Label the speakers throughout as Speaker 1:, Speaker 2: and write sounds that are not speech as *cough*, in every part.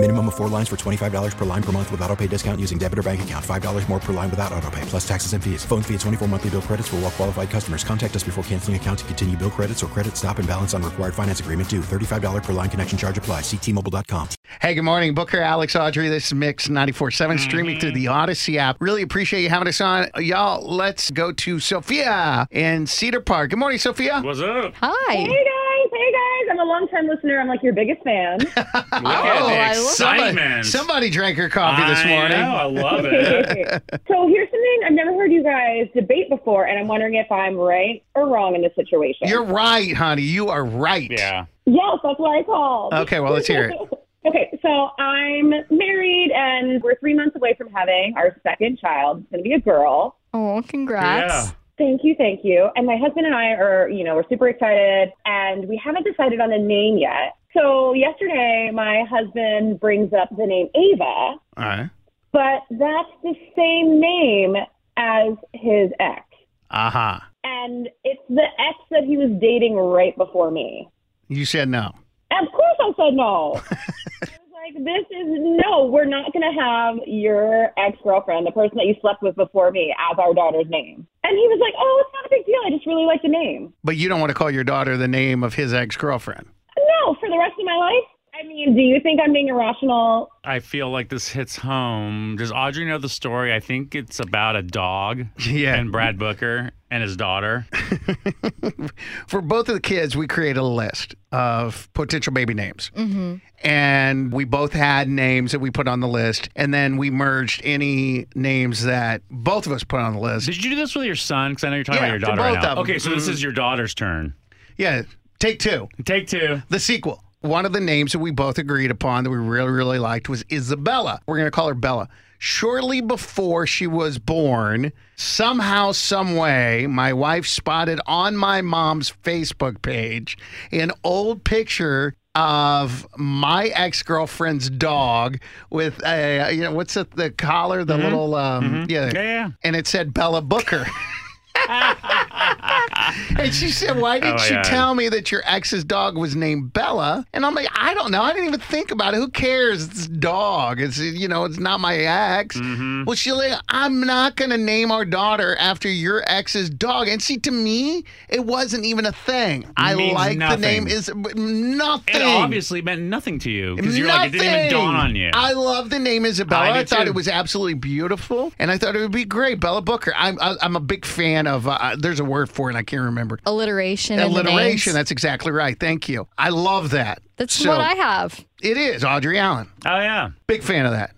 Speaker 1: Minimum of four lines for $25 per line per month with auto pay discount using debit or bank account. $5 more per line without auto pay, plus taxes and fees. Phone fee at 24 monthly bill credits for all well qualified customers. Contact us before canceling account to continue bill credits or credit stop and balance on required finance agreement due. $35 per line connection charge apply. Ctmobile.com.
Speaker 2: Hey, good morning, Booker, Alex, Audrey. This is Mix 94.7
Speaker 3: Mm-hmm.
Speaker 2: streaming through the Odyssey app. Really appreciate you having us on. Y'all, let's go to Sophia in Cedar Park. Good morning, Sophia.
Speaker 3: What's up?
Speaker 4: Hi.
Speaker 5: Hey guys, hey guys. I'm a longtime listener. I'm like your biggest
Speaker 2: *laughs*
Speaker 5: fan.
Speaker 3: Look at
Speaker 2: Oh,
Speaker 3: the
Speaker 4: I love it.
Speaker 3: excitement.
Speaker 2: Somebody, somebody drank her coffee this morning.
Speaker 3: I know, I love
Speaker 2: *laughs*
Speaker 3: it.
Speaker 5: so here's something I've never heard you guys debate before, and I'm wondering if I'm right or wrong in this situation.
Speaker 2: You're right, honey. You are right.
Speaker 3: yeah.
Speaker 5: Yes, that's why I called.
Speaker 2: Okay, well, let's hear it.
Speaker 5: *laughs* okay, so I'm married, and we're three months away from having our second child. It's going to be a girl.
Speaker 4: Oh, congrats.
Speaker 5: Thank you, thank you. And my husband and I are, you know, we're super excited and we haven't decided on a name yet. So yesterday my husband brings up the name Ava,
Speaker 2: All right.
Speaker 5: but that's the same name as his ex.
Speaker 2: Uh-huh.
Speaker 5: And it's the ex that he was dating right before me.
Speaker 2: You said no.
Speaker 5: And of course I said no. I was like, this is no, we're not going to have your ex girlfriend, the person that you slept with before me, as our daughter's name. And he was like, oh, it's not a big deal. I just really like the name.
Speaker 2: But you don't want to call your daughter the name of his ex-girlfriend.
Speaker 5: No, for the rest of my life. I mean, do you think I'm being irrational?
Speaker 3: I feel like this hits home. Does Audrey know the story? I think it's about a dog
Speaker 2: *laughs* Yeah.
Speaker 3: and Brad Booker and his daughter.
Speaker 2: For both of the kids, we created a list of potential baby names. Mm-hmm. And we both had names that we put on the list. And then we merged any names that both of us put on the list.
Speaker 3: Did you do this with your son? Because I know you're talking
Speaker 2: Yeah,
Speaker 3: about your daughter
Speaker 2: both
Speaker 3: right now.
Speaker 2: of 'em. Mm-hmm.
Speaker 3: Okay, so this is your daughter's turn.
Speaker 2: Yeah. Take two.
Speaker 3: Take two.
Speaker 2: The sequel. One of the names that we both agreed upon that we really, really liked was Isabella. We're going to call her Bella. Shortly before she was born, somehow, some way, my wife spotted on my mom's Facebook page an old picture of my ex girlfriend's dog with a you know what's it the collar the little um yeah
Speaker 3: Yeah, yeah.
Speaker 2: and it said Bella Booker. and she said, Why didn't
Speaker 3: Oh,
Speaker 2: you
Speaker 3: yeah.
Speaker 2: tell me that your ex's dog was named Bella? And I'm like, I don't know. I didn't even think about it. Who cares? It's a dog. It's, you know, it's not my ex.
Speaker 3: Mm-hmm.
Speaker 2: Well, she's like, I'm not going to name our daughter after your ex's dog. And see, to me, it wasn't even a thing. I
Speaker 3: Means
Speaker 2: like
Speaker 3: nothing.
Speaker 2: the name is nothing.
Speaker 3: It obviously meant nothing to you because you're like, it didn't even
Speaker 2: Nothing.
Speaker 3: dawn on you.
Speaker 2: I love the name Isabella.
Speaker 3: I
Speaker 2: I,
Speaker 3: do
Speaker 2: thought
Speaker 3: too.
Speaker 2: it was absolutely beautiful, and I thought it would be great. Bella Booker. I'm I, I'm a big fan of. Uh, there's a word for it. I can't remember.
Speaker 4: Alliteration. in the
Speaker 2: Alliteration.
Speaker 4: names.
Speaker 2: That's exactly right. Thank you. I love that.
Speaker 4: That's
Speaker 2: So,
Speaker 4: what I have.
Speaker 2: It is Audrey Allen.
Speaker 3: oh, yeah.
Speaker 2: Big fan of
Speaker 4: *laughs*
Speaker 2: that.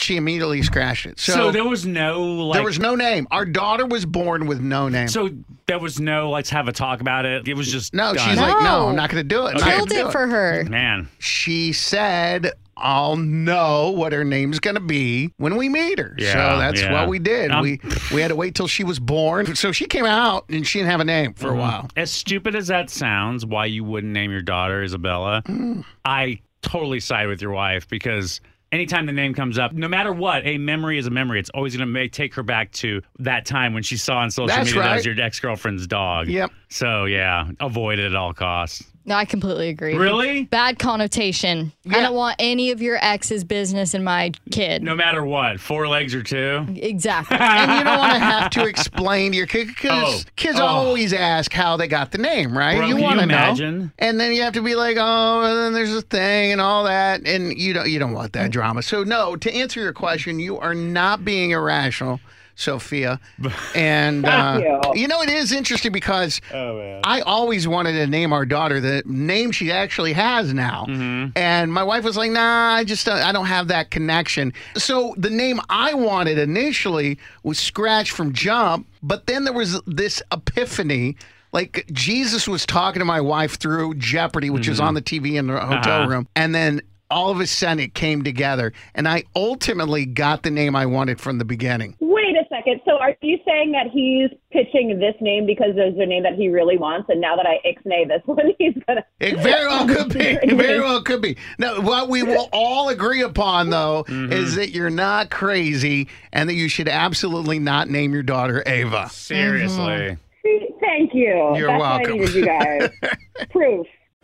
Speaker 2: she immediately scratched it. So,
Speaker 3: So, there was no, like,
Speaker 2: there was no name. Our daughter was born with no name.
Speaker 3: so there was no, let's have a talk about it. It was just,
Speaker 2: no,
Speaker 3: done.
Speaker 2: she's like, no,
Speaker 4: No.
Speaker 2: I'm not going to do it. I'm not gonna
Speaker 4: Killed
Speaker 2: do
Speaker 4: it for her.
Speaker 3: man,
Speaker 2: she said I'll know what her name's gonna be when we meet her.
Speaker 3: Yeah,
Speaker 2: so that's
Speaker 3: yeah.
Speaker 2: what we did.
Speaker 3: Um,
Speaker 2: we we had to wait till she was born. So she came out and she didn't have a name for
Speaker 3: Mm.
Speaker 2: a while.
Speaker 3: as stupid as that sounds, why you wouldn't name your daughter Isabella, I totally side with your wife because anytime the name comes up, no matter what, a memory is a memory. It's always going to make take her back to that time when she saw on social
Speaker 2: That's
Speaker 3: media that was
Speaker 2: right.
Speaker 3: your ex girlfriend's dog.
Speaker 2: Yep.
Speaker 3: So yeah, avoid it at all costs.
Speaker 4: No, I completely agree.
Speaker 3: Really?
Speaker 4: Bad connotation. I
Speaker 2: Yeah.
Speaker 4: don't want any of your ex's business in my kid.
Speaker 3: No matter what, four legs or two.
Speaker 4: Exactly.
Speaker 2: And you don't want to have to explain to your kid because
Speaker 3: Oh.
Speaker 2: kids
Speaker 3: Oh.
Speaker 2: always ask how they got the name, right?
Speaker 3: Bro, can
Speaker 2: want
Speaker 3: you
Speaker 2: to know, Mm-hmm.
Speaker 3: imagine?
Speaker 2: and then you have to be like, oh, and then there's a thing and all that, and you don't you don't want that drama. So no, to answer your question, you are not being irrational,
Speaker 3: *laughs*
Speaker 2: Sophia. And uh,
Speaker 5: Thank you.
Speaker 2: know it is interesting because
Speaker 3: Oh man.
Speaker 2: I always wanted to name our daughter the name she actually has now.
Speaker 3: Mm-hmm.
Speaker 2: And my wife was like, nah, I just don't, I don't have that connection. So the name I wanted initially was Scratch from Jump, but then there was this epiphany. Like Jesus was talking to my wife through Jeopardy, which
Speaker 3: Mm-hmm.
Speaker 2: is on the TV in the hotel
Speaker 3: Uh-huh.
Speaker 2: room. And then all of a sudden it came together. And I ultimately got the name I wanted from the beginning.
Speaker 5: Wait a second. second. So are you saying that he's pitching this name because there's a name that he really wants, and now that I ixnay this *laughs* one, he's gonna?
Speaker 2: It
Speaker 5: *laughs*
Speaker 2: very well could be. It very well could be. Now, what we will all agree upon, though, is that you're not crazy and that you should absolutely not name your daughter Ava.
Speaker 3: Seriously.
Speaker 5: Thank you.
Speaker 2: You're
Speaker 5: That's What I
Speaker 2: welcome.
Speaker 5: needed you guys.
Speaker 2: *laughs*
Speaker 5: Proof.